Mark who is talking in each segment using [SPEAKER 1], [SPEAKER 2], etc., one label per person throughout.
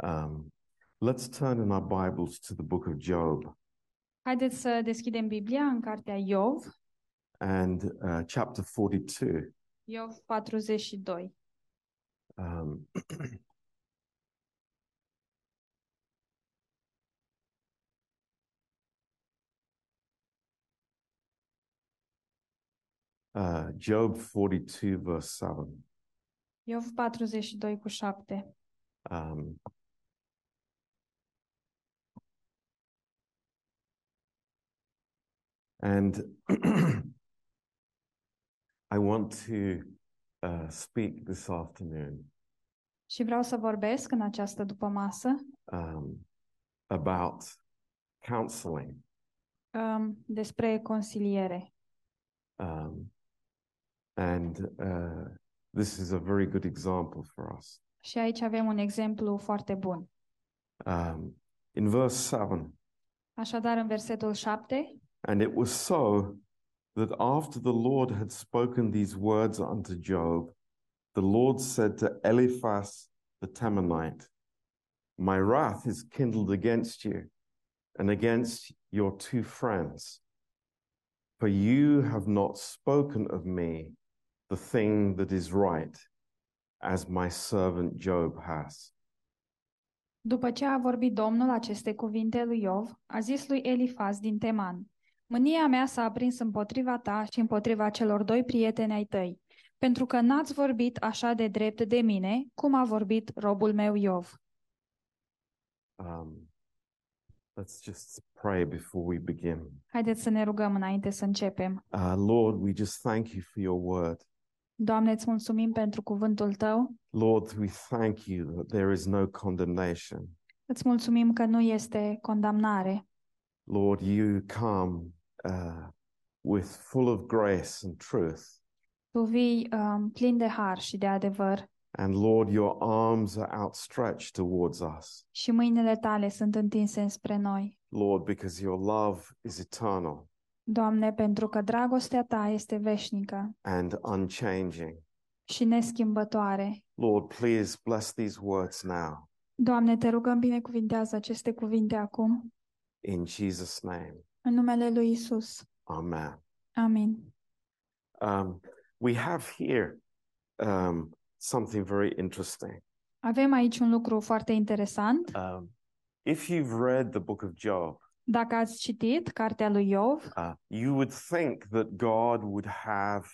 [SPEAKER 1] Um, let's turn in our Bibles to the book of Job
[SPEAKER 2] Haideți să deschidem Biblia în cartea Iov,
[SPEAKER 1] and uh, chapter 42.
[SPEAKER 2] Iov 42.
[SPEAKER 1] Um, uh, Job 42, verse 7.
[SPEAKER 2] Iov 42 cu 7.
[SPEAKER 1] Um, and I want to uh, speak this afternoon
[SPEAKER 2] Și vreau să vorbesc în această dupămasă
[SPEAKER 1] um, about counseling.
[SPEAKER 2] um, despre consiliere.
[SPEAKER 1] Um, and uh, this is a very good example for us.
[SPEAKER 2] Și aici avem un exemplu foarte bun.
[SPEAKER 1] Um, in verse 7,
[SPEAKER 2] Așadar, în versetul 7,
[SPEAKER 1] and it was so that after the Lord had spoken these words unto Job, the Lord said to Eliphaz the Temanite, My wrath is kindled against you and against your two friends, for you have not spoken of me the thing that is right, as my servant Job has.
[SPEAKER 2] După ce a vorbit Domnul aceste cuvinte lui Iov, a zis lui Elifaz din Teman, Mânia mea s-a aprins împotriva ta și împotriva celor doi prieteni ai tăi, pentru că n-ați vorbit așa de drept de mine, cum a vorbit robul meu Iov.
[SPEAKER 1] Um, let's just pray before we begin.
[SPEAKER 2] Haideți să ne rugăm înainte să începem.
[SPEAKER 1] Uh, Lord, we just thank you for your word.
[SPEAKER 2] Doamne, îți mulțumim pentru cuvântul Tău,
[SPEAKER 1] Lord, we thank you that there is no condemnation.
[SPEAKER 2] îți mulțumim că nu este condamnare.
[SPEAKER 1] Lord, you come uh, with full of grace and truth.
[SPEAKER 2] Tu vii um, plin de har și de adevăr
[SPEAKER 1] And Lord, your arms are outstretched towards us.
[SPEAKER 2] și mâinile Tale sunt întinse spre noi.
[SPEAKER 1] Lord, because your love is eternal
[SPEAKER 2] Doamne, pentru că dragostea Ta este veșnică.
[SPEAKER 1] and unchanging.
[SPEAKER 2] și neschimbătoare.
[SPEAKER 1] Lord, please bless these words now
[SPEAKER 2] Doamne, te rugăm binecuvintează aceste cuvinte acum,
[SPEAKER 1] in Jesus' name.
[SPEAKER 2] în numele lui Isus.
[SPEAKER 1] Amen.
[SPEAKER 2] Amin.
[SPEAKER 1] Um, we have here um, something very interesting.
[SPEAKER 2] Avem aici un lucru foarte interesant.
[SPEAKER 1] Um, if you've read the book of Job,
[SPEAKER 2] Dacă ați citit cartea lui Iov,
[SPEAKER 1] uh, you would think that God would have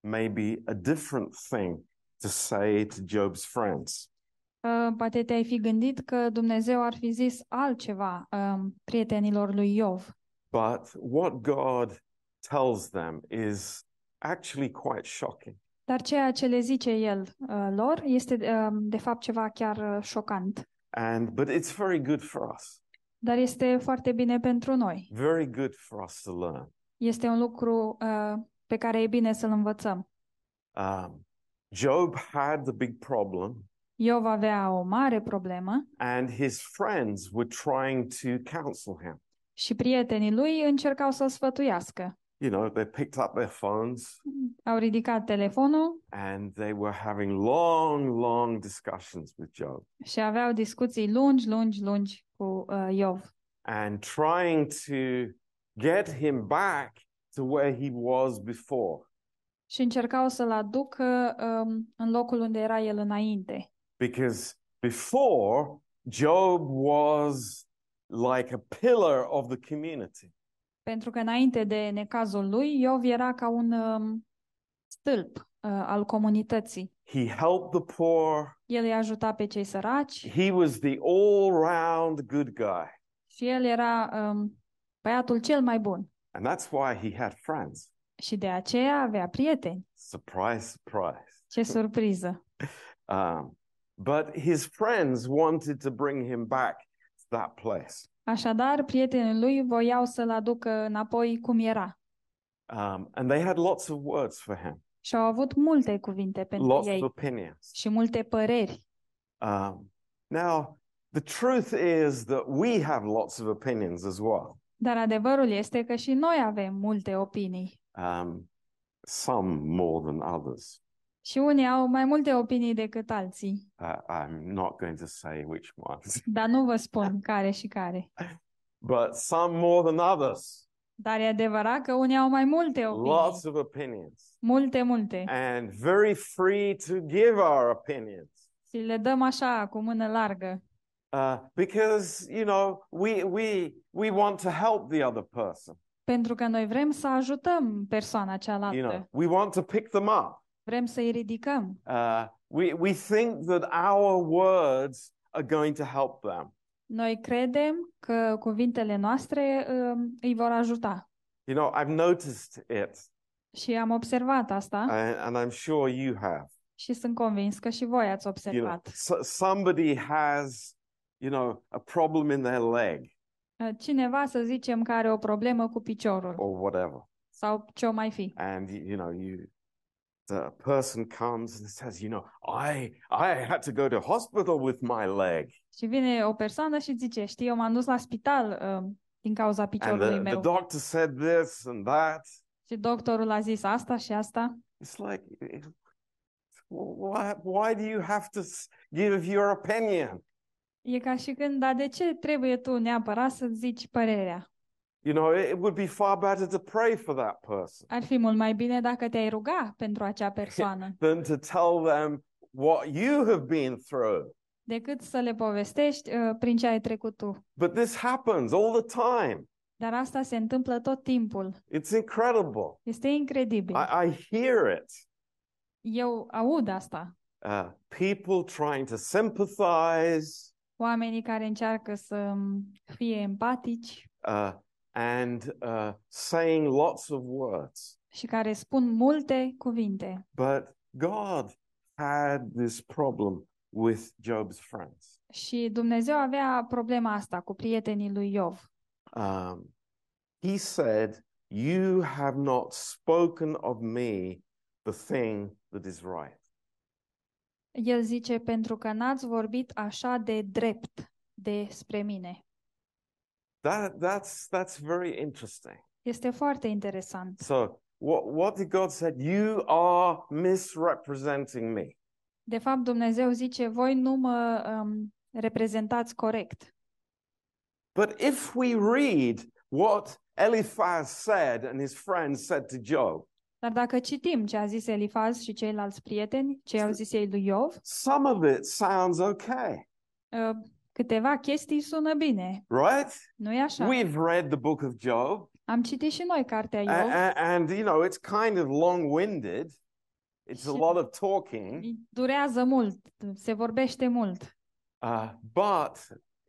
[SPEAKER 1] maybe a different thing to say to Job's friends.
[SPEAKER 2] uh, poate te-ai fi gândit că Dumnezeu ar fi zis altceva um, prietenilor lui Iov.
[SPEAKER 1] But what God tells them is actually quite shocking.
[SPEAKER 2] Dar ceea ce le zice el uh, lor este um, de fapt ceva chiar uh, șocant.
[SPEAKER 1] And but it's very good for us.
[SPEAKER 2] Dar este foarte bine pentru noi.
[SPEAKER 1] Very good for us to learn.
[SPEAKER 2] Este un lucru uh, pe care e bine să-l învățăm.
[SPEAKER 1] Um, Job had the big problem,
[SPEAKER 2] Iov avea o mare problemă
[SPEAKER 1] and his friends were trying to counsel him.
[SPEAKER 2] și prietenii lui încercau să-l sfătuiască.
[SPEAKER 1] You know, they picked up their phones
[SPEAKER 2] Au ridicat telefonul
[SPEAKER 1] and they were having long, long discussions with Job
[SPEAKER 2] și aveau discuții lungi, lungi, lungi cu uh, Iov
[SPEAKER 1] and trying to get him back to where he was before
[SPEAKER 2] și încercau să-l aducă um, în locul unde era el înainte.
[SPEAKER 1] because before Job was like a pillar of the community.
[SPEAKER 2] Pentru că înainte de necazul lui, Iov era ca un um, stâlp uh, al comunității.
[SPEAKER 1] He helped the poor.
[SPEAKER 2] El îi ajuta pe cei săraci
[SPEAKER 1] He was the all-round good guy.
[SPEAKER 2] și el era um, băiatul cel mai bun.
[SPEAKER 1] And that's why he had friends.
[SPEAKER 2] Și de aceea avea prieteni.
[SPEAKER 1] Surprise, surprise.
[SPEAKER 2] Ce surpriză!
[SPEAKER 1] Um, but his friends wanted to bring him back to that place.
[SPEAKER 2] Așadar, prietenii lui voiau să-l aducă înapoi cum era.
[SPEAKER 1] Um, and they had lots of words for him,
[SPEAKER 2] Și au avut multe cuvinte pentru
[SPEAKER 1] lots
[SPEAKER 2] ei
[SPEAKER 1] of opinions.
[SPEAKER 2] și multe păreri.
[SPEAKER 1] Um, now, the truth is that we have lots of opinions as well.
[SPEAKER 2] Dar adevărul este că și noi avem multe opinii,
[SPEAKER 1] Um, some more than others.
[SPEAKER 2] Și unii au mai multe opinii decât alții,
[SPEAKER 1] Uh, I'm not going to say which ones,
[SPEAKER 2] dar nu vă spun care și care.
[SPEAKER 1] but some more than others.
[SPEAKER 2] Dar e adevărat că unii au mai multe opinii,
[SPEAKER 1] Lots of opinions.
[SPEAKER 2] multe, multe.
[SPEAKER 1] And very free to give our opinions.
[SPEAKER 2] Și le dăm așa, cu mână largă,
[SPEAKER 1] Uh, because you know we we we want to help the other person.
[SPEAKER 2] pentru că noi vrem să ajutăm persoana
[SPEAKER 1] You
[SPEAKER 2] cealaltă,
[SPEAKER 1] know we want to pick them up.
[SPEAKER 2] vrem să-i ridicăm.
[SPEAKER 1] Uh, we we think that our words are going to help them.
[SPEAKER 2] Noi credem că cuvintele noastre um, îi vor ajuta.
[SPEAKER 1] You know I've noticed it,
[SPEAKER 2] Și am observat asta
[SPEAKER 1] and, and I'm sure you have.
[SPEAKER 2] și sunt convins că și voi ați
[SPEAKER 1] You know,
[SPEAKER 2] observat.
[SPEAKER 1] so, somebody has you know a problem in their leg
[SPEAKER 2] Cineva, să zicem, că are o problemă cu piciorul
[SPEAKER 1] or whatever,
[SPEAKER 2] sau ce-o mai fi.
[SPEAKER 1] and you, you know you. The person comes and says, "You know, I I had to go to hospital with my leg."
[SPEAKER 2] Și vine o persoană și zice, știi, eu m-am dus la spital um, din cauza
[SPEAKER 1] and
[SPEAKER 2] piciorului
[SPEAKER 1] the, the
[SPEAKER 2] meu.
[SPEAKER 1] doctor said this and that.
[SPEAKER 2] și doctorul a zis asta și asta.
[SPEAKER 1] It's like, eh, why, why do you have to s- give your opinion?
[SPEAKER 2] E ca și când, dar de ce trebuie tu neapărat să zici părerea?
[SPEAKER 1] You know, it, it would be far better to pray for that person
[SPEAKER 2] Ar fi mult mai bine dacă te-ai ruga pentru acea persoană,
[SPEAKER 1] than to tell them what you have been through.
[SPEAKER 2] decât să le povestești uh, prin ce ai trecut tu.
[SPEAKER 1] But this happens all the time.
[SPEAKER 2] Dar asta se întâmplă tot timpul.
[SPEAKER 1] It's incredible.
[SPEAKER 2] Este incredibil.
[SPEAKER 1] I, I hear it.
[SPEAKER 2] Eu aud asta.
[SPEAKER 1] Uh, people trying to sympathize
[SPEAKER 2] Oamenii care încearcă să um, fie empatici
[SPEAKER 1] uh, and uh, saying lots of words.
[SPEAKER 2] și care spun multe cuvinte.
[SPEAKER 1] But God had this problem with Job's friends.
[SPEAKER 2] Și Dumnezeu avea problema asta cu prietenii lui Iov.
[SPEAKER 1] Um, he said, You have not spoken of me the thing that is right.
[SPEAKER 2] El zice, pentru că n-ați vorbit așa de drept despre mine.
[SPEAKER 1] That, that's, that's very interesting.
[SPEAKER 2] Este foarte interesant.
[SPEAKER 1] So, what, what did God said? You are misrepresenting me.
[SPEAKER 2] De fapt, Dumnezeu zice, voi nu mă um, reprezentați corect.
[SPEAKER 1] But if we read what Eliphaz said and his friends said to Job,
[SPEAKER 2] Dar dacă citim ce a zis Elifaz și ceilalți prieteni, ce au zis ei lui Iov,
[SPEAKER 1] some of it sounds okay,
[SPEAKER 2] uh, câteva chestii sună bine,
[SPEAKER 1] right?
[SPEAKER 2] nu-i așa?
[SPEAKER 1] We've read the book of Job.
[SPEAKER 2] Am citit și noi cartea
[SPEAKER 1] A-
[SPEAKER 2] Iov.
[SPEAKER 1] a- and you know, it's kind of long-winded. It's a
[SPEAKER 2] Sure.
[SPEAKER 1] lot of talking,
[SPEAKER 2] Durează mult, se vorbește mult,
[SPEAKER 1] uh, but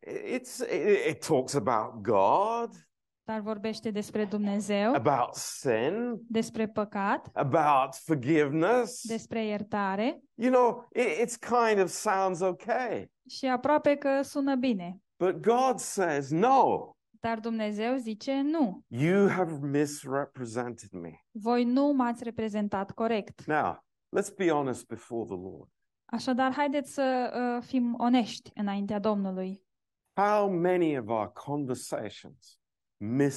[SPEAKER 1] it's it, it talks about God,
[SPEAKER 2] dar vorbește despre Dumnezeu,
[SPEAKER 1] about sin,
[SPEAKER 2] despre păcat,
[SPEAKER 1] about forgiveness.
[SPEAKER 2] despre iertare
[SPEAKER 1] You know, it, it's kind of sounds okay,
[SPEAKER 2] și aproape că sună bine.
[SPEAKER 1] but God says, "No,
[SPEAKER 2] Dar Dumnezeu zice nu,
[SPEAKER 1] you have misrepresented me."
[SPEAKER 2] voi nu m-ați reprezentat corect.
[SPEAKER 1] Now, let's be honest before the Lord.
[SPEAKER 2] Așadar, haideți să uh, fim onești înaintea Domnului.
[SPEAKER 1] How many of our conversations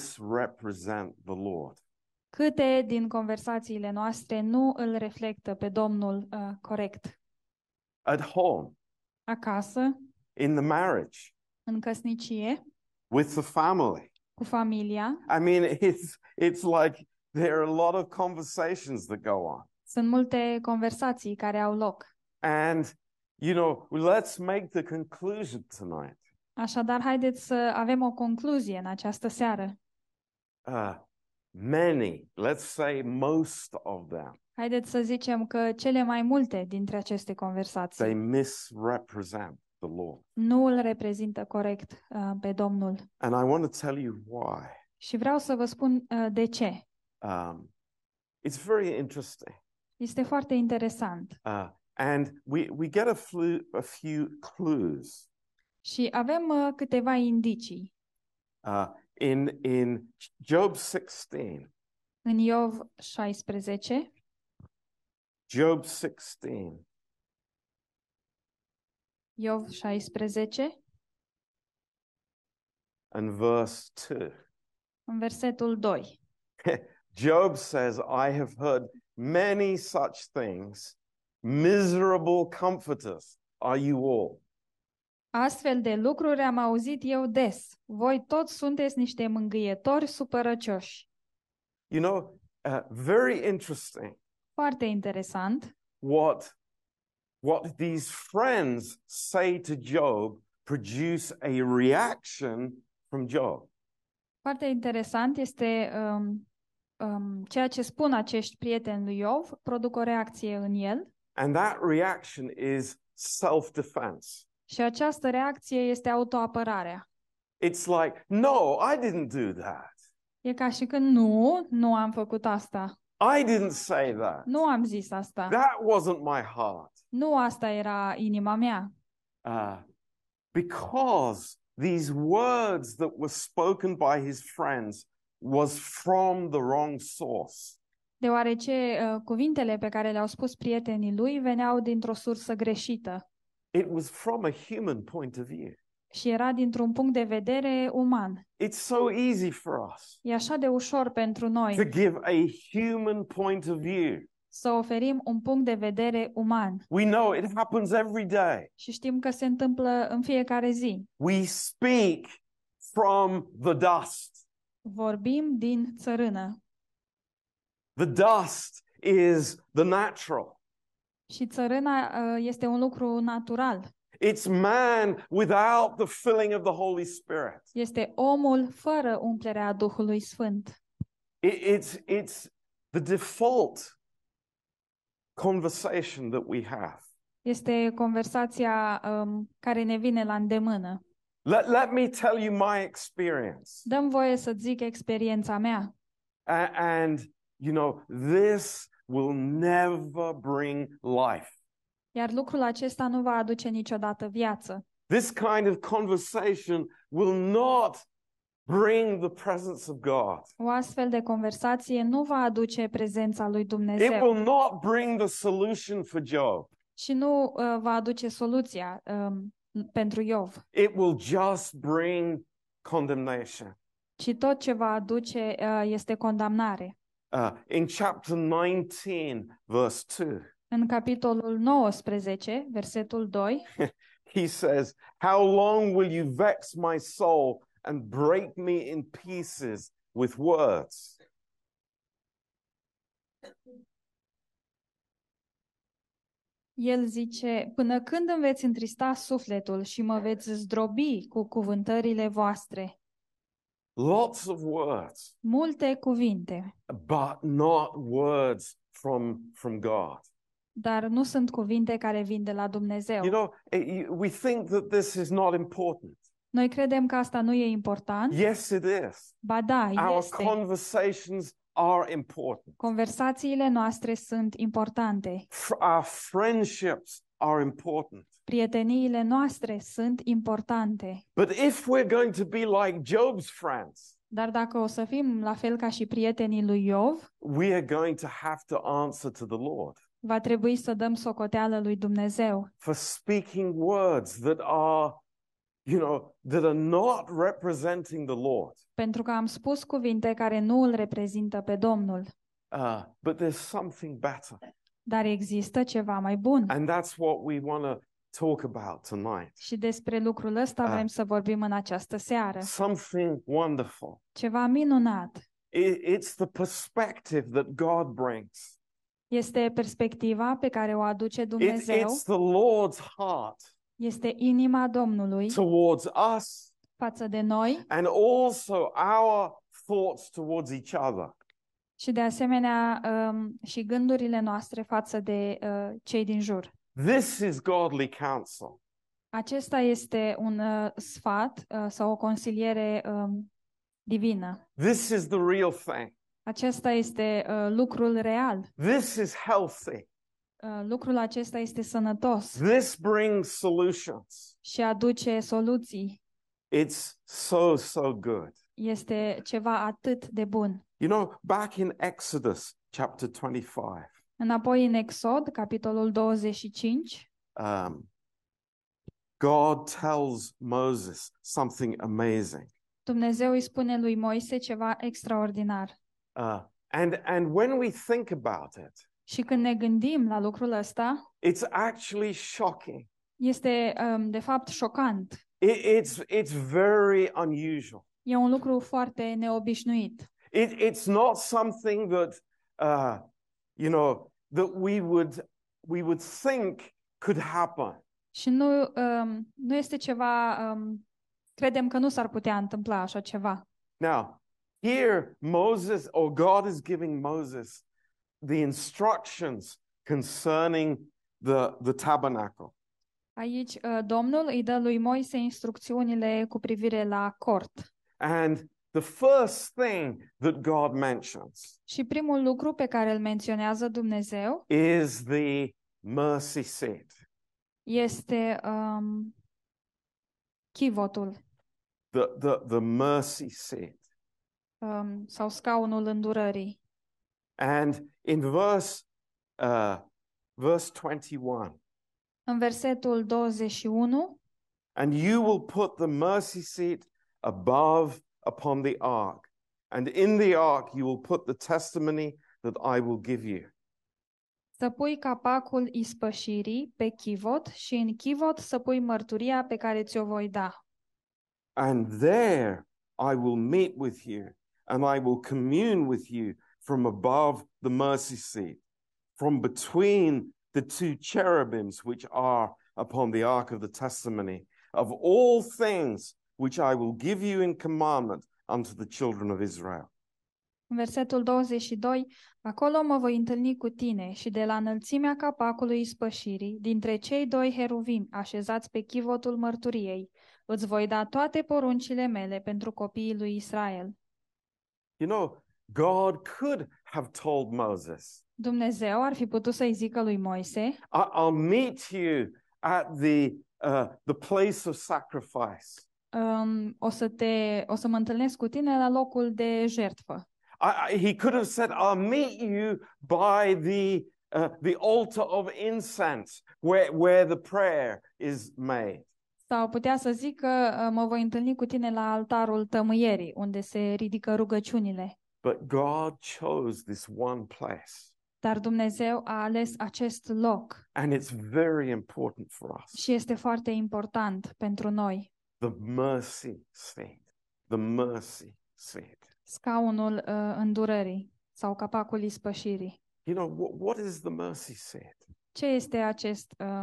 [SPEAKER 1] misrepresent the Lord?
[SPEAKER 2] Câte din conversațiile noastre nu îl reflectă pe Domnul uh, corect?
[SPEAKER 1] At home,
[SPEAKER 2] Acasă,
[SPEAKER 1] in the marriage,
[SPEAKER 2] în căsnicie,
[SPEAKER 1] with the family.
[SPEAKER 2] cu familia,
[SPEAKER 1] I mean, it's it's like there are a lot of conversations that go on.
[SPEAKER 2] sunt multe conversații care au loc.
[SPEAKER 1] And you know, let's make the conclusion tonight.
[SPEAKER 2] Așadar, haideți să avem o concluzie în această seară.
[SPEAKER 1] Uh, many, let's say most of them,
[SPEAKER 2] Haideți să zicem că cele mai multe dintre aceste conversații
[SPEAKER 1] they misrepresent the Lord.
[SPEAKER 2] nu îl reprezintă corect uh, pe Domnul.
[SPEAKER 1] And I want to tell you why.
[SPEAKER 2] Și vreau să vă spun uh, de ce.
[SPEAKER 1] Um, it's very interesting.
[SPEAKER 2] Este foarte interesant.
[SPEAKER 1] Uh, and we, we get a, flu, a few clues
[SPEAKER 2] Și avem uh, câteva indicii.
[SPEAKER 1] uh, in, in Job 16.
[SPEAKER 2] În Iov 16,
[SPEAKER 1] Job 16,
[SPEAKER 2] Iov 16,
[SPEAKER 1] and verse 2.
[SPEAKER 2] în versetul 2.
[SPEAKER 1] Job says, I have heard many such things Miserable comforters are you all.
[SPEAKER 2] Astfel de lucruri am auzit eu des. Voi toți sunteți niște mângâietori supărăcioși.
[SPEAKER 1] You know, uh, very interesting
[SPEAKER 2] Foarte interesant
[SPEAKER 1] what what these friends say to Job produce a reaction from Job.
[SPEAKER 2] Foarte interesant este um, um, ceea ce spun acești prieteni lui Iov, produc o reacție în el
[SPEAKER 1] And that reaction is self-defense.
[SPEAKER 2] și această reacție este autoapărarea.
[SPEAKER 1] It's like, no, I didn't do that.
[SPEAKER 2] E ca și când nu, nu am făcut asta,
[SPEAKER 1] I didn't say that.
[SPEAKER 2] nu am zis asta,
[SPEAKER 1] That wasn't my heart.
[SPEAKER 2] nu asta era inima mea.
[SPEAKER 1] Uh, because these words that were spoken by his friends was from the wrong source.
[SPEAKER 2] Deoarece uh, cuvintele pe care le-au spus prietenii lui veneau dintr-o sursă greșită
[SPEAKER 1] It was from a human point of view.
[SPEAKER 2] și era dintr-un punct de vedere uman.
[SPEAKER 1] It's so easy for us
[SPEAKER 2] E așa de ușor pentru noi
[SPEAKER 1] to give a human point of view.
[SPEAKER 2] să oferim un punct de vedere uman
[SPEAKER 1] We know it happens every day.
[SPEAKER 2] și știm că se întâmplă în fiecare zi.
[SPEAKER 1] We speak from the dust.
[SPEAKER 2] Vorbim din țărână
[SPEAKER 1] The dust is the natural.
[SPEAKER 2] și țărâna uh, este un lucru natural.
[SPEAKER 1] It's man without the filling of the Holy Spirit.
[SPEAKER 2] Este omul fără umplerea Duhului Sfânt.
[SPEAKER 1] It- it's, it's the default conversation that we have.
[SPEAKER 2] Este conversația um, care ne vine la îndemână.
[SPEAKER 1] Let, let me tell you my experience.
[SPEAKER 2] Dăm voie să zic experiența mea.
[SPEAKER 1] A- and, you know, this will never bring life.
[SPEAKER 2] iar lucrul acesta nu va aduce niciodată viață.
[SPEAKER 1] This kind of conversation will not bring the presence of God.
[SPEAKER 2] O astfel de conversație nu va aduce prezența lui
[SPEAKER 1] It
[SPEAKER 2] Dumnezeu
[SPEAKER 1] will not bring the solution for Job.
[SPEAKER 2] și nu uh, va aduce soluția um, pentru Iov,
[SPEAKER 1] It will just bring condemnation.
[SPEAKER 2] ci tot ce va aduce uh, este condamnare.
[SPEAKER 1] Uh, in chapter 19, verse 2,
[SPEAKER 2] În capitolul 19, versetul 2,
[SPEAKER 1] he says, How long will you vex my soul and break me in pieces with words?
[SPEAKER 2] el zice, Până când îmi veți întrista sufletul și mă veți zdrobi cu cuvântările voastre?
[SPEAKER 1] Lots of words,
[SPEAKER 2] Multe cuvinte,
[SPEAKER 1] but not words from, from God.
[SPEAKER 2] dar nu sunt cuvinte care vin de la Dumnezeu.
[SPEAKER 1] You know, it- you- we think that this is not important.
[SPEAKER 2] Noi credem că asta nu e important.
[SPEAKER 1] Yes, it is.
[SPEAKER 2] Ba da,
[SPEAKER 1] Our
[SPEAKER 2] este.
[SPEAKER 1] conversations are important.
[SPEAKER 2] Conversațiile noastre sunt importante.
[SPEAKER 1] F- Our friendships are important.
[SPEAKER 2] Prieteniile noastre sunt importante.
[SPEAKER 1] But if we're going to be like Job's friends,
[SPEAKER 2] Dar dacă o să fim la fel ca și prietenii lui Iov,
[SPEAKER 1] we are going to have to answer to the Lord
[SPEAKER 2] va trebui să dăm socoteală lui Dumnezeu
[SPEAKER 1] for speaking words that are, you know, that are not representing the Lord.
[SPEAKER 2] pentru că am spus cuvinte care nu îl reprezintă pe Domnul.
[SPEAKER 1] Uh, but there's something better.
[SPEAKER 2] Dar există ceva mai bun.
[SPEAKER 1] And that's what we want to talk about tonight.
[SPEAKER 2] Și despre lucrul ăsta
[SPEAKER 1] Ah.
[SPEAKER 2] vrem să vorbim în această seară.
[SPEAKER 1] Something wonderful.
[SPEAKER 2] Ceva minunat.
[SPEAKER 1] It, it's the perspective that God brings.
[SPEAKER 2] Este perspectiva pe care o aduce
[SPEAKER 1] It,
[SPEAKER 2] Dumnezeu,
[SPEAKER 1] it's the Lord's heart
[SPEAKER 2] este inima Domnului
[SPEAKER 1] towards us
[SPEAKER 2] față de noi
[SPEAKER 1] and also our thoughts towards each other.
[SPEAKER 2] și de asemenea um, și gândurile noastre față de uh, cei din jur.
[SPEAKER 1] This is godly counsel.
[SPEAKER 2] Acesta este un uh, sfat uh, sau o consiliere um, divină.
[SPEAKER 1] This is the real thing.
[SPEAKER 2] Acesta este uh, lucrul real.
[SPEAKER 1] This is healthy.
[SPEAKER 2] Uh, lucrul acesta este sănătos
[SPEAKER 1] This brings solutions.
[SPEAKER 2] și aduce soluții.
[SPEAKER 1] It's so, so good.
[SPEAKER 2] Este ceva atât de bun.
[SPEAKER 1] You know, back in Exodus chapter 25,
[SPEAKER 2] Înapoi în Exod, capitolul 25,
[SPEAKER 1] um, God tells Moses something amazing.
[SPEAKER 2] Dumnezeu îi spune lui Moise ceva extraordinar.
[SPEAKER 1] Uh, and, and when we think about it,
[SPEAKER 2] Și când ne gândim la lucrul ăsta,
[SPEAKER 1] It's actually shocking.
[SPEAKER 2] este um, de fapt șocant.
[SPEAKER 1] It- it's, it's very unusual.
[SPEAKER 2] E un lucru foarte neobișnuit.
[SPEAKER 1] It, it's not something that, uh, you know, that we would, we would think could happen.
[SPEAKER 2] Și nu, um, nu este ceva, um, credem că nu s-ar putea întâmpla așa ceva.
[SPEAKER 1] Now, here, Moses or God is giving Moses the instructions concerning the, the tabernacle.
[SPEAKER 2] Aici uh, Domnul îi dă lui Moise instrucțiunile cu privire la cort.
[SPEAKER 1] And the first thing that God mentions
[SPEAKER 2] Și primul lucru pe care îl menționează Dumnezeu
[SPEAKER 1] is the mercy seat.
[SPEAKER 2] este um, chivotul
[SPEAKER 1] The, the, the mercy seat.
[SPEAKER 2] um, sau scaunul îndurării.
[SPEAKER 1] And in verse, uh, verse 21,
[SPEAKER 2] În versetul 21,
[SPEAKER 1] and you will put the mercy seat above upon the ark, and in the ark you will put the testimony that I will give you.
[SPEAKER 2] să pui capacul ispășirii pe chivot și în chivot să pui mărturia pe care ți-o voi da.
[SPEAKER 1] And there I will meet with you, and I will commune with you from above the mercy seat, from between the two cherubims which are upon the ark of the testimony, of all things which I will give you in commandment unto the children of Israel.
[SPEAKER 2] În versetul 22, acolo mă voi întâlni cu tine și de la înălțimea capacului ispășirii, dintre cei doi heruvimi așezați pe chivotul mărturiei, îți voi da toate poruncile mele pentru copiii lui Israel.
[SPEAKER 1] You know, God could have told Moses,
[SPEAKER 2] Dumnezeu ar fi putut să-i zică lui Moise,
[SPEAKER 1] I- I'll meet you at the, uh, the place of sacrifice.
[SPEAKER 2] um, o, să te, o să mă întâlnesc cu tine la locul de jertfă.
[SPEAKER 1] I, I- he could have said, I'll meet you by the, uh, the altar of incense where, where the prayer is made.
[SPEAKER 2] Sau putea să zică, "Uh, mă voi întâlni cu tine la altarul tămâierii, unde se ridică rugăciunile.
[SPEAKER 1] But God chose this one place.
[SPEAKER 2] Dar Dumnezeu a ales acest loc.
[SPEAKER 1] And it's very important for us
[SPEAKER 2] și este foarte important pentru noi,
[SPEAKER 1] the mercy seat. The mercy seat.
[SPEAKER 2] scaunul uh, îndurării sau capacul ispășirii.
[SPEAKER 1] You know, what, what is the mercy seat?
[SPEAKER 2] Ce este acest uh,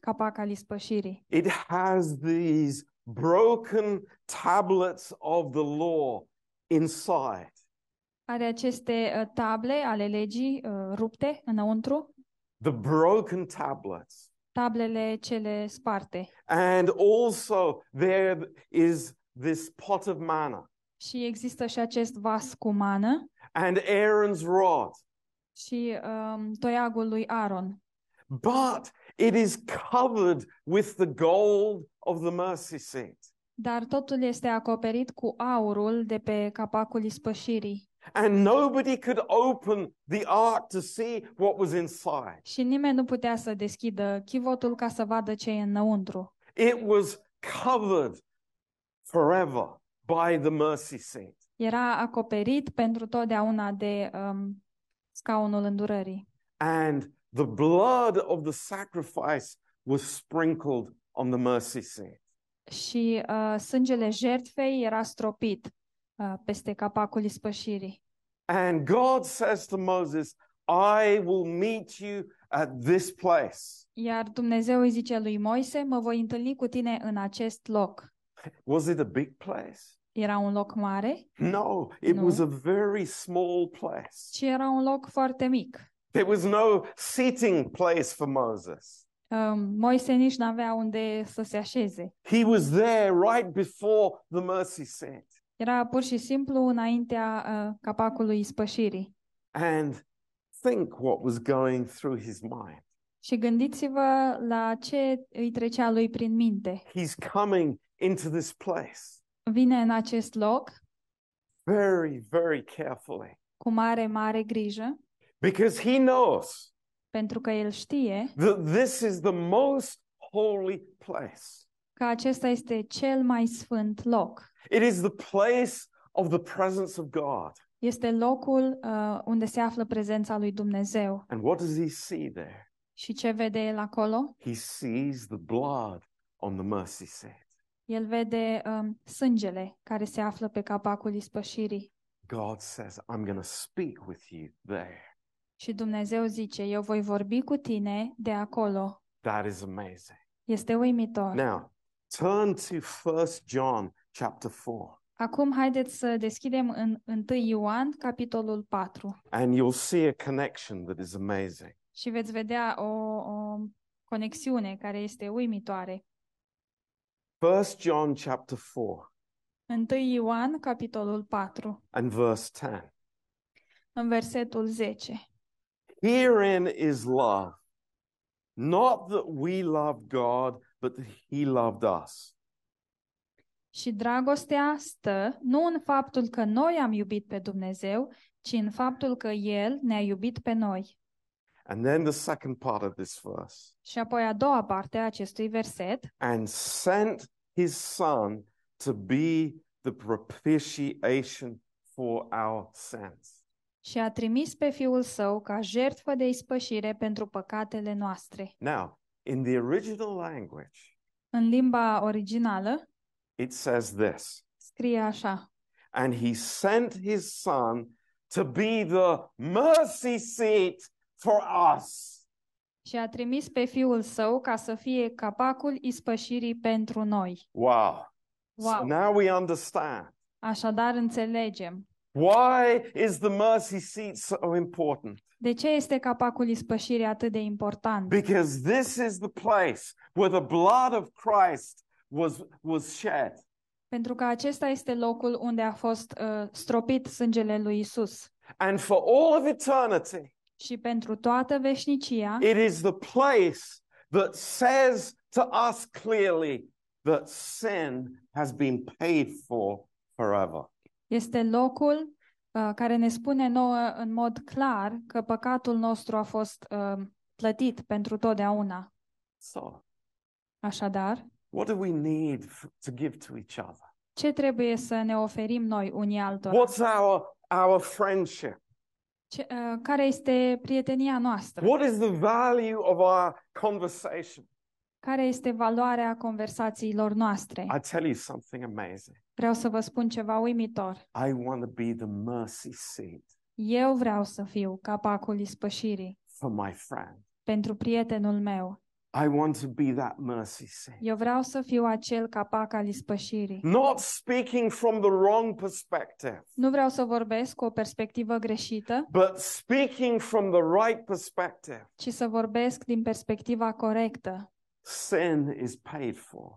[SPEAKER 2] capac al ispășirii?
[SPEAKER 1] It has these broken tablets of the law inside.
[SPEAKER 2] Are aceste uh, table ale legii uh, rupte înăuntru,
[SPEAKER 1] The broken tablets.
[SPEAKER 2] tablele cele sparte.
[SPEAKER 1] And also there is this pot of manna
[SPEAKER 2] Și există și acest vas cu mană
[SPEAKER 1] and Aaron's rod,
[SPEAKER 2] și um, toiagul lui Aaron.
[SPEAKER 1] but it is covered with the gold of the mercy seat.
[SPEAKER 2] Dar totul este acoperit cu aurul de pe capacul ispășirii.
[SPEAKER 1] And nobody could open the ark to see what was inside.
[SPEAKER 2] Și nimeni nu putea să deschidă chivotul ca să vadă ce e înăuntru.
[SPEAKER 1] It was covered forever by the mercy seat.
[SPEAKER 2] era acoperit pentru totdeauna de um, scaunul îndurării.
[SPEAKER 1] And the blood of the sacrifice was sprinkled on the mercy seat.
[SPEAKER 2] Și uh, sângele jertfei era stropit uh, peste capacul ispășirii.
[SPEAKER 1] And God says to Moses, I will meet you at this place.
[SPEAKER 2] Iar Dumnezeu îi zice lui Moise, mă voi întâlni cu tine în acest loc.
[SPEAKER 1] Was it a big place?
[SPEAKER 2] Era un loc mare
[SPEAKER 1] No, it was
[SPEAKER 2] No.
[SPEAKER 1] a very small place.
[SPEAKER 2] și era un loc foarte mic.
[SPEAKER 1] There was no seating place for Moses.
[SPEAKER 2] Um, Moise nici n-avea unde să se așeze.
[SPEAKER 1] He was there right before the mercy seat.
[SPEAKER 2] Era pur și simplu înaintea uh, capacului ispășirii.
[SPEAKER 1] And think what was going through his mind.
[SPEAKER 2] Și gândiți-vă la ce îi trecea lui prin minte.
[SPEAKER 1] He's coming into this place
[SPEAKER 2] Vine în acest loc
[SPEAKER 1] very, very carefully
[SPEAKER 2] cu mare, mare grijă,
[SPEAKER 1] because he knows
[SPEAKER 2] pentru că el știe
[SPEAKER 1] that this is the most holy place.
[SPEAKER 2] că acesta este cel mai sfânt loc.
[SPEAKER 1] It is the place of the presence of God.
[SPEAKER 2] Este locul uh, unde se află prezența lui Dumnezeu.
[SPEAKER 1] And what does he see there?
[SPEAKER 2] Și ce vede el acolo?
[SPEAKER 1] He sees the blood on the mercy seat.
[SPEAKER 2] El vede um, sângele care se află pe capacul ispășirii.
[SPEAKER 1] God says, I'm going to speak with you there.
[SPEAKER 2] Și Dumnezeu zice, eu voi vorbi cu tine de acolo.
[SPEAKER 1] That is amazing.
[SPEAKER 2] Este uimitor.
[SPEAKER 1] Now, turn to 1 John chapter 4,
[SPEAKER 2] Acum haideți să deschidem în 1 Ioan, capitolul 4.
[SPEAKER 1] and you'll see a connection that is amazing.
[SPEAKER 2] Și veți vedea o, o conexiune care este uimitoare.
[SPEAKER 1] 1 John chapter 4
[SPEAKER 2] 1 Ioan, capitolul 4,
[SPEAKER 1] and verse 10.
[SPEAKER 2] în versetul 10.
[SPEAKER 1] Herein is love. Not that we love God, but that he loved us
[SPEAKER 2] Și dragostea stă nu în faptul că noi am iubit pe Dumnezeu, ci în faptul că El ne-a iubit pe noi.
[SPEAKER 1] And then the second part of this verse
[SPEAKER 2] Și apoi a doua parte a acestui verset,
[SPEAKER 1] and sent his son to be the propitiation for our sins.
[SPEAKER 2] și a trimis pe Fiul Său ca jertfă de ispășire pentru păcatele noastre.
[SPEAKER 1] Now, in the original language,
[SPEAKER 2] În limba originală
[SPEAKER 1] it says this
[SPEAKER 2] scrie așa,
[SPEAKER 1] and he sent his son to be the mercy seat for us.
[SPEAKER 2] și a trimis pe Fiul Său ca să fie capacul ispășirii pentru noi.
[SPEAKER 1] Wow. So
[SPEAKER 2] Wow.
[SPEAKER 1] now we understand.
[SPEAKER 2] Așadar înțelegem.
[SPEAKER 1] Why is the mercy seat so important?
[SPEAKER 2] De ce este capacul ispășirii atât de important?
[SPEAKER 1] Because this is the place where the blood of Christ was, was shed.
[SPEAKER 2] Pentru că acesta este locul unde a fost uh, stropit sângele lui Isus.
[SPEAKER 1] And for all of eternity,
[SPEAKER 2] Și pentru toată veșnicia,
[SPEAKER 1] it is the place that says to us clearly that sin has been paid for forever.
[SPEAKER 2] este locul uh, care ne spune nouă în mod clar că păcatul nostru a fost uh, plătit pentru totdeauna.
[SPEAKER 1] So,
[SPEAKER 2] Așadar,
[SPEAKER 1] what do we need f- to give to each other?
[SPEAKER 2] ce trebuie să ne oferim noi unii altora?
[SPEAKER 1] What's our, our friendship?
[SPEAKER 2] Ce, uh, care este prietenia noastră?
[SPEAKER 1] What is the value of our conversation?
[SPEAKER 2] Care este valoarea conversațiilor noastre?
[SPEAKER 1] I tell you something amazing.
[SPEAKER 2] Vreau să vă spun ceva uimitor.
[SPEAKER 1] I want to be the mercy seat
[SPEAKER 2] Eu vreau să fiu capacul ispășirii
[SPEAKER 1] for my friend.
[SPEAKER 2] pentru prietenul meu.
[SPEAKER 1] I want to be that mercy seat.
[SPEAKER 2] Eu vreau să fiu acel capac al ispășirii.
[SPEAKER 1] Not speaking from the wrong perspective,
[SPEAKER 2] Nu vreau să vorbesc cu o perspectivă greșită,
[SPEAKER 1] but speaking from the right perspective.
[SPEAKER 2] ci să vorbesc din perspectiva corectă.
[SPEAKER 1] Sin is paid for.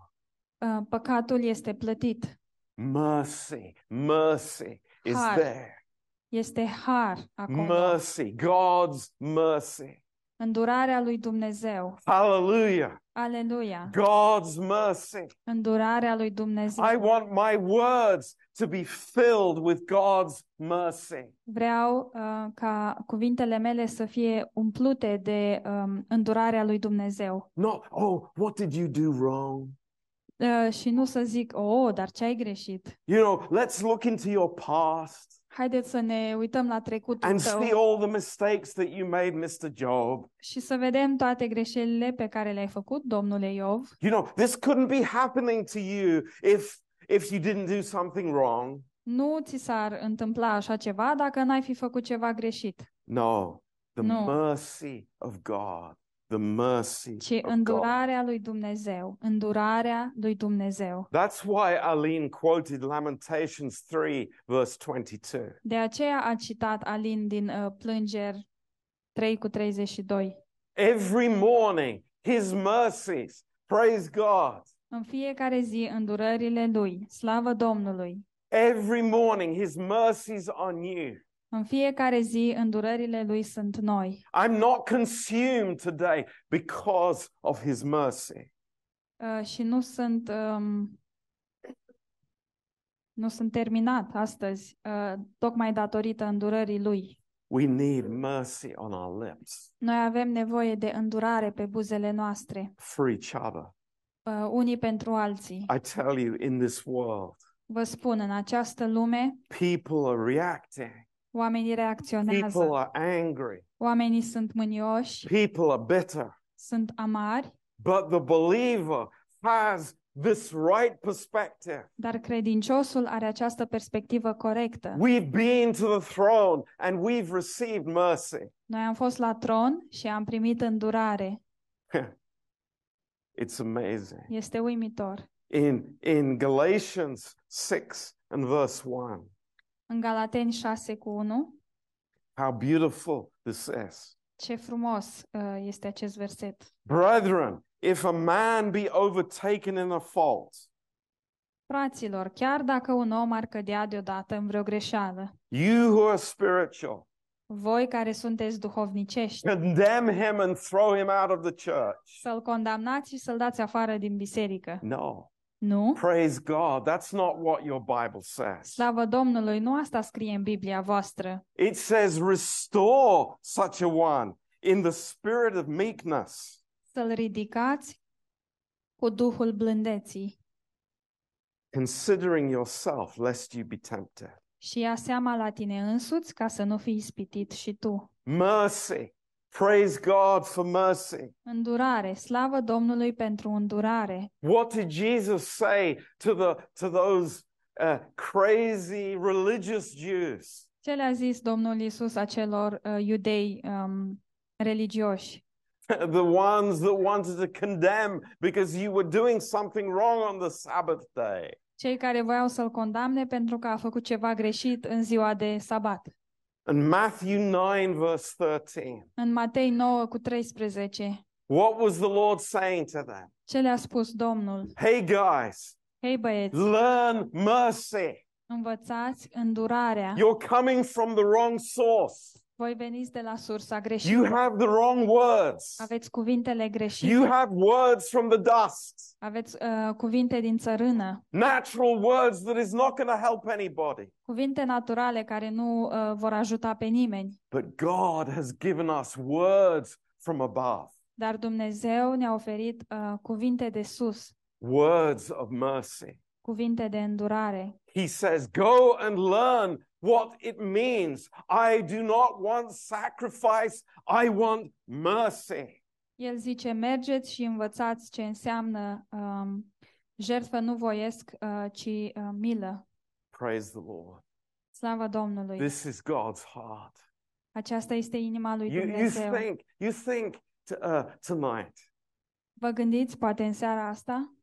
[SPEAKER 2] Uh, Păcatul este plătit.
[SPEAKER 1] Mercy, mercy is
[SPEAKER 2] Har
[SPEAKER 1] there.
[SPEAKER 2] Este har acolo.
[SPEAKER 1] Mercy, God's mercy.
[SPEAKER 2] Îndurarea lui Dumnezeu.
[SPEAKER 1] Hallelujah.
[SPEAKER 2] Aleluia!
[SPEAKER 1] God's mercy.
[SPEAKER 2] Îndurarea lui Dumnezeu.
[SPEAKER 1] I want my words to be filled with God's mercy.
[SPEAKER 2] Vreau uh, ca cuvintele mele să fie umplute de um, îndurarea lui Dumnezeu.
[SPEAKER 1] Not, oh, what did you do wrong?
[SPEAKER 2] Uh, și nu să zic, oh, dar ce ai greșit?
[SPEAKER 1] You know, let's look into your past
[SPEAKER 2] Haideți să ne uităm la trecutul
[SPEAKER 1] and
[SPEAKER 2] tău.
[SPEAKER 1] see all the mistakes that you made, Mr. Job.
[SPEAKER 2] și să vedem toate greșelile pe care le-ai făcut, domnule Iov.
[SPEAKER 1] You know, this couldn't be happening to you if if you didn't do something wrong.
[SPEAKER 2] Nu ți s-ar întâmpla așa ceva dacă n-ai fi făcut ceva greșit,
[SPEAKER 1] No, the
[SPEAKER 2] No.
[SPEAKER 1] mercy of God, the mercy
[SPEAKER 2] ci
[SPEAKER 1] of God.
[SPEAKER 2] îndurarea lui Dumnezeu, îndurarea lui Dumnezeu.
[SPEAKER 1] That's why Aline quoted Lamentations 3 verse 22.
[SPEAKER 2] De aceea a citat Alin din uh, Plângeri 3 cu 32.
[SPEAKER 1] Every morning his mercies, praise God.
[SPEAKER 2] În fiecare zi îndurările lui, slavă Domnului.
[SPEAKER 1] Every morning his mercies are new.
[SPEAKER 2] În fiecare zi îndurările lui sunt noi.
[SPEAKER 1] I'm not consumed today because of his mercy.
[SPEAKER 2] Uh, și nu sunt um, nu sunt terminat astăzi, uh, tocmai datorită îndurării lui.
[SPEAKER 1] We need mercy on our lips
[SPEAKER 2] Noi avem nevoie de îndurare pe buzele noastre,
[SPEAKER 1] for each other.
[SPEAKER 2] uh, unii pentru alții.
[SPEAKER 1] I tell you, in this world,
[SPEAKER 2] Vă spun, în această lume,
[SPEAKER 1] people are reacting
[SPEAKER 2] Oamenii reacționează.
[SPEAKER 1] People are angry.
[SPEAKER 2] Oamenii sunt mânioși,
[SPEAKER 1] People are bitter.
[SPEAKER 2] sunt amari,
[SPEAKER 1] But the believer has this right perspective.
[SPEAKER 2] dar credinciosul are această perspectivă corectă.
[SPEAKER 1] We've been to the throne and we've received mercy.
[SPEAKER 2] Noi am fost la tron și am primit îndurare.
[SPEAKER 1] It's amazing.
[SPEAKER 2] Este uimitor.
[SPEAKER 1] In, in Galatians 6 and verse 1,
[SPEAKER 2] În Galateni 6 cu 1,
[SPEAKER 1] how beautiful this is.
[SPEAKER 2] ce frumos uh, este acest verset.
[SPEAKER 1] Brethren, if a man be overtaken in a fault,
[SPEAKER 2] Fraților, chiar dacă un om ar cădea deodată în vreo greșeală,
[SPEAKER 1] you who are spiritual,
[SPEAKER 2] voi care sunteți duhovnicești,
[SPEAKER 1] condemn him and throw him out of the church.
[SPEAKER 2] să-l condamnați și să-l dați afară din biserică.
[SPEAKER 1] No.
[SPEAKER 2] Nu?
[SPEAKER 1] Praise God. That's not what your Bible says.
[SPEAKER 2] Slavă Domnului, nu asta scrie în Biblia voastră.
[SPEAKER 1] It says, restore such a one in the spirit of meekness.
[SPEAKER 2] Să-l ridicați cu Duhul blândeții
[SPEAKER 1] considering yourself lest you be tempted.
[SPEAKER 2] și ia seama la tine însuți ca să nu fii ispitit și tu.
[SPEAKER 1] Mercy. Praise God for mercy.
[SPEAKER 2] Îndurare, slavă Domnului pentru îndurare.
[SPEAKER 1] What did Jesus say to the to those uh, crazy religious Jews?
[SPEAKER 2] Ce le-a zis Domnul Isus acelor uh, iudei um, religioși?
[SPEAKER 1] the ones that wanted to condemn because you were doing something wrong on the Sabbath day.
[SPEAKER 2] Cei care voiau să-l condamne pentru că a făcut ceva greșit în ziua de sabat.
[SPEAKER 1] And Matthew 9 verse 13.
[SPEAKER 2] În Matei 9 cu 13,
[SPEAKER 1] What was the Lord saying to them?
[SPEAKER 2] ce le-a spus Domnul?
[SPEAKER 1] Hey guys,
[SPEAKER 2] Hei băieți,
[SPEAKER 1] learn mercy.
[SPEAKER 2] învățați îndurarea.
[SPEAKER 1] You're coming from the wrong source.
[SPEAKER 2] Voi veniți de la sursa greșită.
[SPEAKER 1] You have the wrong words.
[SPEAKER 2] Aveți cuvintele greșite.
[SPEAKER 1] You have words from the dust,
[SPEAKER 2] Aveți uh, cuvinte din țărână.
[SPEAKER 1] natural words that is not going to help anybody.
[SPEAKER 2] Cuvinte naturale care nu uh, vor ajuta pe nimeni.
[SPEAKER 1] But God has given us words from above,
[SPEAKER 2] Dar Dumnezeu ne-a oferit uh, cuvinte de sus,
[SPEAKER 1] words of mercy.
[SPEAKER 2] cuvinte de îndurare.
[SPEAKER 1] He says, Go and learn what it means. I do not want sacrifice, I want mercy.
[SPEAKER 2] El zice, mergeți și învățați ce înseamnă um, jertfă nu voiesc, uh, ci uh, milă.
[SPEAKER 1] Praise the Lord.
[SPEAKER 2] Slavă Domnului!
[SPEAKER 1] This is God's heart.
[SPEAKER 2] Aceasta este inima lui
[SPEAKER 1] You, you
[SPEAKER 2] Dumnezeu.
[SPEAKER 1] think, you think t- uh, tonight,
[SPEAKER 2] Vă gândiți, poate în seara asta,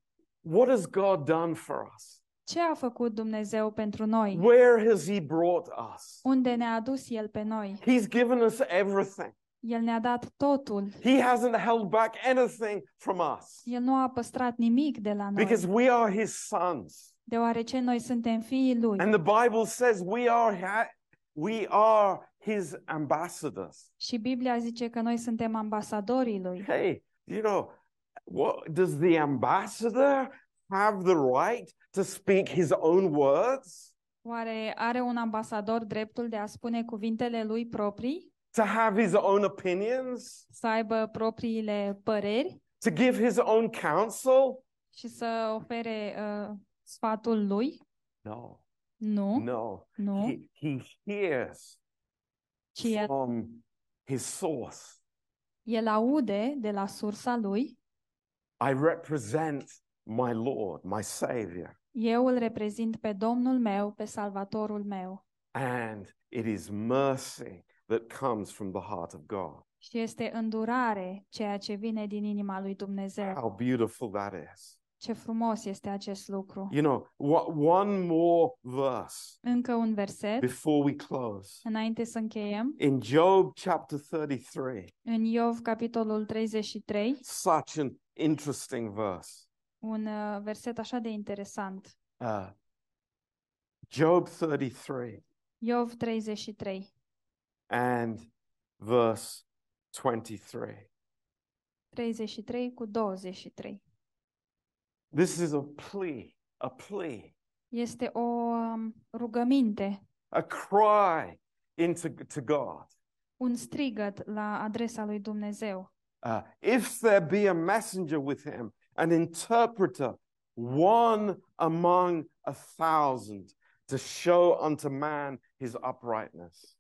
[SPEAKER 1] what has God done for us?
[SPEAKER 2] ce a făcut Dumnezeu pentru noi?
[SPEAKER 1] Where has He brought us?
[SPEAKER 2] Unde ne-a adus El pe noi?
[SPEAKER 1] He's given us everything.
[SPEAKER 2] El ne-a dat totul.
[SPEAKER 1] He hasn't held back anything from us
[SPEAKER 2] El nu a păstrat nimic de la noi,
[SPEAKER 1] because we are His sons.
[SPEAKER 2] deoarece noi suntem fiii Lui.
[SPEAKER 1] And the Bible says we are, ha- we are His ambassadors.
[SPEAKER 2] Și Biblia zice că noi suntem ambasadorii Lui.
[SPEAKER 1] Hey, you know, what, does the ambassador have the right to speak his own words?
[SPEAKER 2] Oare are un ambasador dreptul de a spune cuvintele lui proprii?
[SPEAKER 1] To have his own opinions?
[SPEAKER 2] Să aibă propriile păreri
[SPEAKER 1] To give his own counsel?
[SPEAKER 2] și să ofere uh, sfatul lui?
[SPEAKER 1] No,
[SPEAKER 2] Nu,
[SPEAKER 1] no.
[SPEAKER 2] nu,
[SPEAKER 1] He, he hears
[SPEAKER 2] ci el,
[SPEAKER 1] from his source.
[SPEAKER 2] el aude de la sursa lui.
[SPEAKER 1] I represent my Lord, my Savior,
[SPEAKER 2] Eu îl reprezint pe Domnul meu, pe Salvatorul meu.
[SPEAKER 1] and it is mercy that comes from the heart of God.
[SPEAKER 2] Și este îndurare ceea ce vine din inima lui Dumnezeu.
[SPEAKER 1] How beautiful that is.
[SPEAKER 2] Ce frumos este acest lucru.
[SPEAKER 1] You know, what, one more verse
[SPEAKER 2] Încă un verset
[SPEAKER 1] before we close.
[SPEAKER 2] înainte să încheiem.
[SPEAKER 1] In Job chapter 33,
[SPEAKER 2] În Iov, capitolul 33,
[SPEAKER 1] such an interesting verse.
[SPEAKER 2] un uh, verset așa de interesant.
[SPEAKER 1] Uh, Job 33
[SPEAKER 2] Iov 33,
[SPEAKER 1] and verse 23.
[SPEAKER 2] 33 cu 23.
[SPEAKER 1] This is a plea, a plea.
[SPEAKER 2] Este o um, rugăminte,
[SPEAKER 1] a cry into to God.
[SPEAKER 2] un strigăt la adresa lui Dumnezeu.
[SPEAKER 1] Uh, if there be a messenger with him, an interpreter, one among a thousand, to show unto man his uprightness.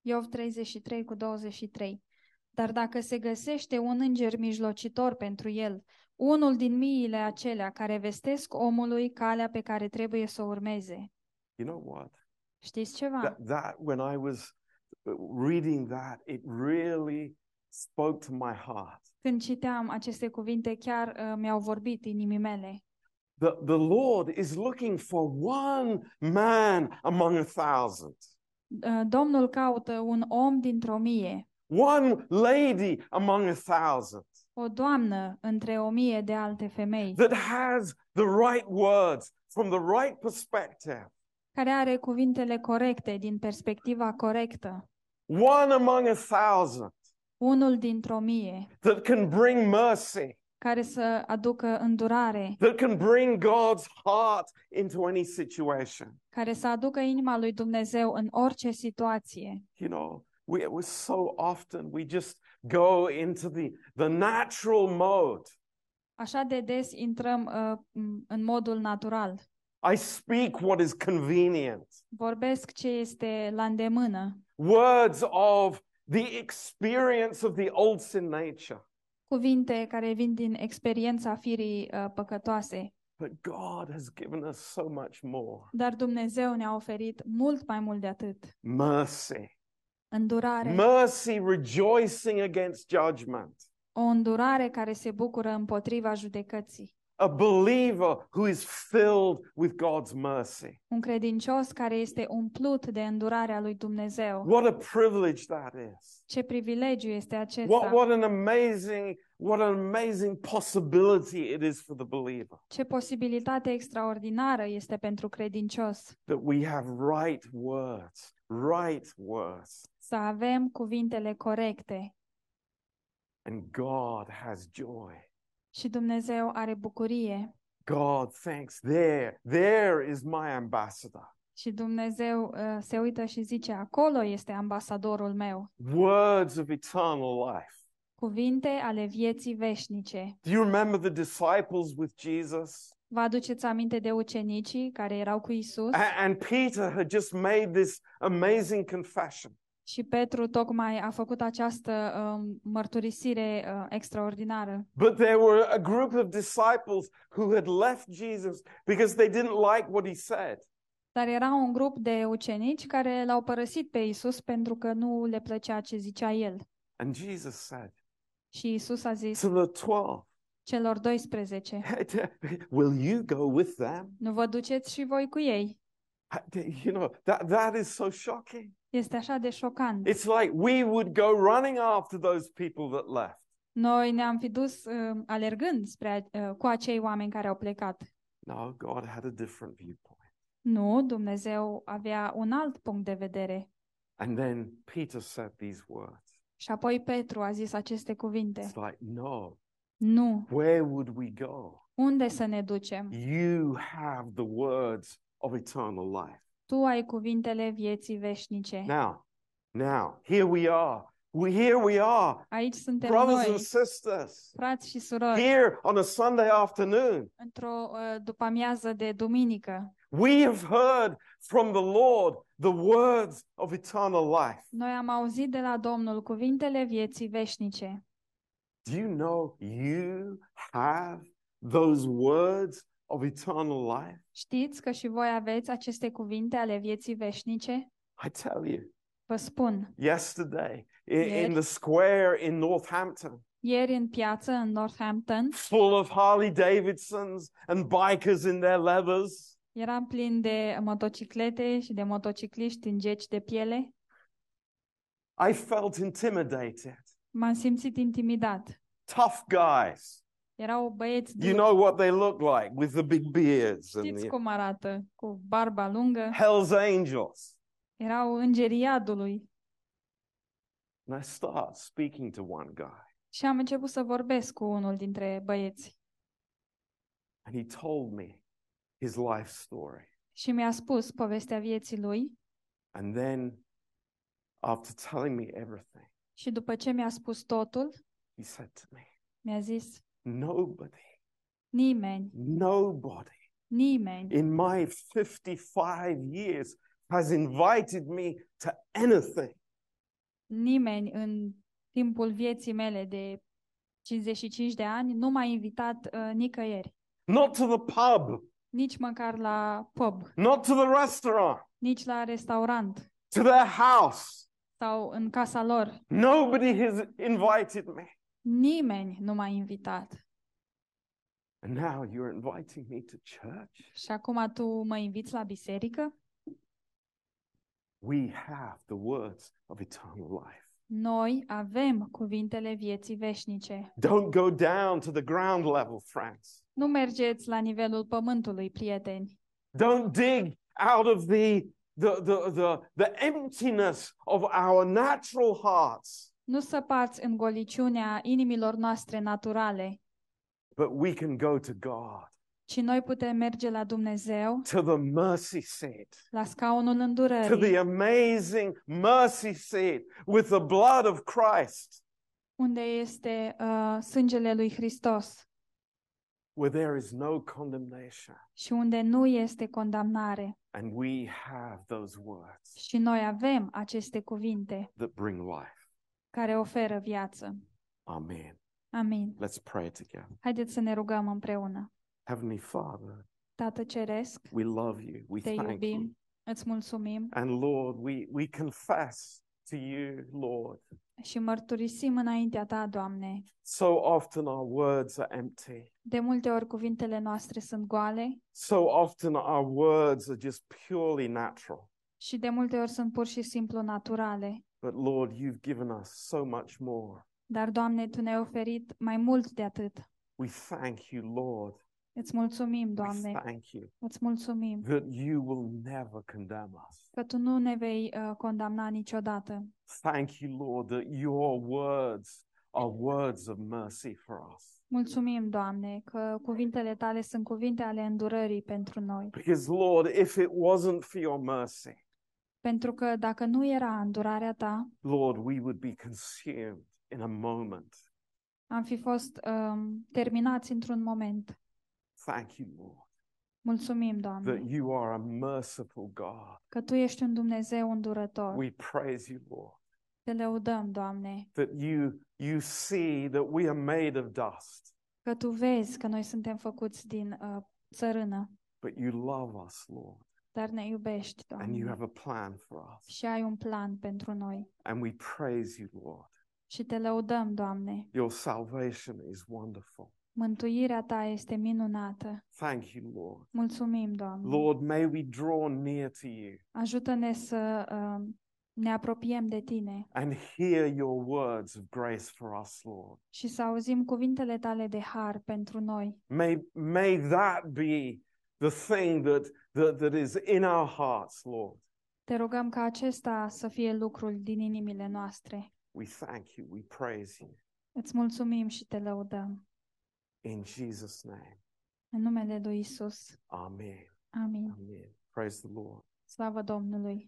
[SPEAKER 2] Iov 33 cu 23. Dar dacă se găsește un înger mijlocitor pentru el, unul din miile acelea care vestesc omului calea pe care trebuie să o urmeze.
[SPEAKER 1] You know what?
[SPEAKER 2] Știți ceva?
[SPEAKER 1] That, that when I was uh, reading that, it really spoke to my heart.
[SPEAKER 2] Când citeam aceste cuvinte, chiar uh, mi-au vorbit inimii mele.
[SPEAKER 1] The, the Lord is looking for one man among a thousand,
[SPEAKER 2] Uh, Domnul caută un om dintr-o mie,
[SPEAKER 1] one lady among a thousand
[SPEAKER 2] o doamnă între o mie de alte femei,
[SPEAKER 1] that has the right words from the right perspective.
[SPEAKER 2] care are cuvintele corecte din perspectiva corectă,
[SPEAKER 1] One among a thousand
[SPEAKER 2] unul dintr-o mie,
[SPEAKER 1] that can bring mercy,
[SPEAKER 2] care să aducă îndurare,
[SPEAKER 1] that can bring God's heart into any situation.
[SPEAKER 2] care să aducă inima lui Dumnezeu în orice situație.
[SPEAKER 1] You know, we, we so often we just go into the, the natural mode.
[SPEAKER 2] Așa de des intrăm uh, m- în modul natural.
[SPEAKER 1] I speak what is convenient.
[SPEAKER 2] Vorbesc ce este la îndemână.
[SPEAKER 1] words of the experience of the old sin nature.
[SPEAKER 2] Cuvinte care vin din experiența firii uh, păcătoase,
[SPEAKER 1] But God has given us so much more
[SPEAKER 2] Dar Dumnezeu ne-a oferit mult mai mult de atât.
[SPEAKER 1] mercy.
[SPEAKER 2] Îndurare.
[SPEAKER 1] Mercy rejoicing against judgment.
[SPEAKER 2] O îndurare care se bucură împotriva judecății.
[SPEAKER 1] A believer who is filled with God's mercy.
[SPEAKER 2] Un credincios care este umplut de îndurarea lui Dumnezeu.
[SPEAKER 1] What a privilege that is.
[SPEAKER 2] Ce privilegiu este
[SPEAKER 1] What,
[SPEAKER 2] acesta?
[SPEAKER 1] what an amazing what an amazing possibility it is for the believer
[SPEAKER 2] Ce posibilitate extraordinară este pentru credincios
[SPEAKER 1] that we have right words, right words.
[SPEAKER 2] să avem cuvintele corecte.
[SPEAKER 1] And God has joy.
[SPEAKER 2] Și Dumnezeu are bucurie.
[SPEAKER 1] God, thanks. There, there is my ambassador.
[SPEAKER 2] Și Dumnezeu uh, se uită și zice, acolo este ambasadorul meu.
[SPEAKER 1] Words of eternal life.
[SPEAKER 2] Cuvinte ale vieții veșnice.
[SPEAKER 1] Do you remember the disciples with Jesus?
[SPEAKER 2] Vă aduceți aminte de ucenicii care erau cu Isus?
[SPEAKER 1] A- and Peter had just made this amazing confession.
[SPEAKER 2] Și Petru tocmai a făcut această um, mărturisire uh, extraordinară.
[SPEAKER 1] But there were a group of disciples who had left Jesus because they didn't like what he said.
[SPEAKER 2] Dar era un grup de ucenici care l-au părăsit pe Isus pentru că nu le plăcea ce zicea el.
[SPEAKER 1] And Jesus said
[SPEAKER 2] Și Isus a zis
[SPEAKER 1] to the 12,
[SPEAKER 2] celor 12,
[SPEAKER 1] Will you go with them?
[SPEAKER 2] nu vă duceți și voi cu ei.
[SPEAKER 1] You know, that, that is so shocking.
[SPEAKER 2] Este așa de șocant.
[SPEAKER 1] It's like we would go running after those people that left.
[SPEAKER 2] Noi ne-am fi dus uh, alergând spre, uh, cu acei oameni care au plecat.
[SPEAKER 1] No, God had a different viewpoint.
[SPEAKER 2] Nu, Dumnezeu avea un alt punct de vedere.
[SPEAKER 1] And then Peter said these words.
[SPEAKER 2] Și apoi Petru a zis aceste cuvinte.
[SPEAKER 1] It's like, no,
[SPEAKER 2] Nu,
[SPEAKER 1] where would we go?
[SPEAKER 2] unde să ne ducem?
[SPEAKER 1] You have the words of eternal life.
[SPEAKER 2] Tu ai cuvintele vieții veșnice.
[SPEAKER 1] Now, now, here we are. We here we are,
[SPEAKER 2] Aici suntem
[SPEAKER 1] brothers
[SPEAKER 2] noi,
[SPEAKER 1] and sisters.
[SPEAKER 2] frați și surori,
[SPEAKER 1] Here on a Sunday afternoon,
[SPEAKER 2] într-o uh, după-amiază de duminică.
[SPEAKER 1] we have heard from the Lord the words of eternal life.
[SPEAKER 2] Noi am auzit de la Domnul cuvintele vieții veșnice.
[SPEAKER 1] Do you know you have those words of eternal life?
[SPEAKER 2] Știți că și voi aveți aceste cuvinte ale vieții veșnice?
[SPEAKER 1] I tell you,
[SPEAKER 2] Vă spun,
[SPEAKER 1] yesterday i- in
[SPEAKER 2] Yes.
[SPEAKER 1] the square in Northampton,
[SPEAKER 2] ieri în piață, în Northampton,
[SPEAKER 1] full of Harley Davidsons and bikers in their leathers,
[SPEAKER 2] eram plin de motociclete și de motocicliști în geci de piele.
[SPEAKER 1] I felt intimidated.
[SPEAKER 2] M-am simțit intimidat.
[SPEAKER 1] Tough guys.
[SPEAKER 2] Erau băieți
[SPEAKER 1] You
[SPEAKER 2] duri.
[SPEAKER 1] know what they look like with the big beards and
[SPEAKER 2] Știți
[SPEAKER 1] the
[SPEAKER 2] cum arată, cu barba lungă.
[SPEAKER 1] Hell's Angels.
[SPEAKER 2] Erau îngerii iadului.
[SPEAKER 1] And I start speaking to one guy,
[SPEAKER 2] Și am început să vorbesc cu unul dintre băieți.
[SPEAKER 1] and he told me his life story.
[SPEAKER 2] Și mi-a spus povestea vieții lui.
[SPEAKER 1] And then, after telling me everything,
[SPEAKER 2] Și după ce mi-a spus totul,
[SPEAKER 1] he said to me,
[SPEAKER 2] mi-a zis,
[SPEAKER 1] Nobody,
[SPEAKER 2] nimeni,
[SPEAKER 1] nobody
[SPEAKER 2] nimeni
[SPEAKER 1] in my 55 years has invited me to anything
[SPEAKER 2] nimeni în timpul vieții mele de 55 de ani nu m-a invitat uh, nicăieri,
[SPEAKER 1] not to the pub,
[SPEAKER 2] nici măcar la pub,
[SPEAKER 1] not to the restaurant,
[SPEAKER 2] nici la restaurant
[SPEAKER 1] to their house.
[SPEAKER 2] sau în casa lor.
[SPEAKER 1] Nobody has invited me.
[SPEAKER 2] Nimeni nu m-a invitat.
[SPEAKER 1] And now you're inviting me to church.
[SPEAKER 2] Și acum tu mă inviți la biserică?
[SPEAKER 1] We have the words of eternal life.
[SPEAKER 2] Noi avem cuvintele vieții veșnice.
[SPEAKER 1] Don't go down to the ground level, friends.
[SPEAKER 2] Nu mergeți la nivelul pământului, prieteni.
[SPEAKER 1] Don't dig out of the, the, the, the, the emptiness of our natural hearts.
[SPEAKER 2] Nu săpați în goliciunea inimilor noastre naturale,
[SPEAKER 1] But we can go to God,
[SPEAKER 2] ci noi putem merge la Dumnezeu,
[SPEAKER 1] to the mercy seat,
[SPEAKER 2] la scaunul
[SPEAKER 1] to
[SPEAKER 2] îndurării,
[SPEAKER 1] the amazing mercy seat with the blood of Christ,
[SPEAKER 2] unde este uh, sângele lui Hristos
[SPEAKER 1] where there is no condemnation.
[SPEAKER 2] și unde nu este condamnare.
[SPEAKER 1] And we have those words
[SPEAKER 2] Și noi avem aceste cuvinte
[SPEAKER 1] that bring life.
[SPEAKER 2] care oferă viață.
[SPEAKER 1] Amen.
[SPEAKER 2] Amin.
[SPEAKER 1] Let's pray together.
[SPEAKER 2] Haideți să ne rugăm împreună.
[SPEAKER 1] Heavenly Father,
[SPEAKER 2] Tată Ceresc,
[SPEAKER 1] we love you. We
[SPEAKER 2] te
[SPEAKER 1] thank you.
[SPEAKER 2] iubim, îți mulțumim
[SPEAKER 1] And Lord, we, we confess to you, Lord.
[SPEAKER 2] și mărturisim înaintea Ta, Doamne.
[SPEAKER 1] So often our words are empty.
[SPEAKER 2] De multe ori cuvintele noastre sunt goale
[SPEAKER 1] So often our words are just purely natural.
[SPEAKER 2] și de multe ori sunt pur și simplu naturale.
[SPEAKER 1] But Lord, you've given us so much more.
[SPEAKER 2] Dar, Doamne, Tu ne-ai oferit mai mult de atât.
[SPEAKER 1] We thank you, Lord.
[SPEAKER 2] Îți mulțumim,
[SPEAKER 1] We
[SPEAKER 2] Doamne,
[SPEAKER 1] thank you
[SPEAKER 2] îți mulțumim
[SPEAKER 1] that you will never condemn us.
[SPEAKER 2] că Tu nu ne vei uh, condamna niciodată.
[SPEAKER 1] Thank you, Lord, that your words are words of mercy for us.
[SPEAKER 2] Mulțumim, Doamne, că cuvintele Tale sunt cuvinte ale îndurării pentru noi.
[SPEAKER 1] Because, Lord, if it wasn't for your mercy,
[SPEAKER 2] Pentru că dacă nu era îndurarea Ta,
[SPEAKER 1] Lord, we would be consumed in a moment.
[SPEAKER 2] am fi fost um, terminați într-un moment.
[SPEAKER 1] Thank you, Lord,
[SPEAKER 2] Mulțumim, Doamne,
[SPEAKER 1] that you are a merciful God.
[SPEAKER 2] că Tu ești un Dumnezeu îndurător.
[SPEAKER 1] We praise you, Lord,
[SPEAKER 2] Te lăudăm, Doamne,
[SPEAKER 1] that you you see that we are made of dust,
[SPEAKER 2] că Tu vezi că noi suntem făcuți din uh, țărână,
[SPEAKER 1] but you love us, Lord,
[SPEAKER 2] dar ne iubești,
[SPEAKER 1] and you
[SPEAKER 2] Doamne,
[SPEAKER 1] have a plan for us.
[SPEAKER 2] și ai un plan pentru noi.
[SPEAKER 1] And we praise you, Lord.
[SPEAKER 2] Și Te lăudăm, Doamne,
[SPEAKER 1] Your salvation is wonderful.
[SPEAKER 2] mântuirea Ta este minunată.
[SPEAKER 1] Thank you, Lord.
[SPEAKER 2] Mulțumim, Doamne.
[SPEAKER 1] Lord, may we draw near to you
[SPEAKER 2] Ajută-ne să uh, ne apropiem de Tine
[SPEAKER 1] and hear your words of grace for us, Lord.
[SPEAKER 2] și să auzim cuvintele Tale de har pentru noi.
[SPEAKER 1] May, may that be the thing that, that, that is in our hearts, Lord.
[SPEAKER 2] Te rugăm ca acesta să fie lucrul din inimile noastre.
[SPEAKER 1] We thank you. We praise you.
[SPEAKER 2] Îți mulțumim și te lăudăm.
[SPEAKER 1] In Jesus' name.
[SPEAKER 2] În numele lui Isus.
[SPEAKER 1] Amen.
[SPEAKER 2] Amin.
[SPEAKER 1] Amen. Praise the Lord.
[SPEAKER 2] Slavă Domnului!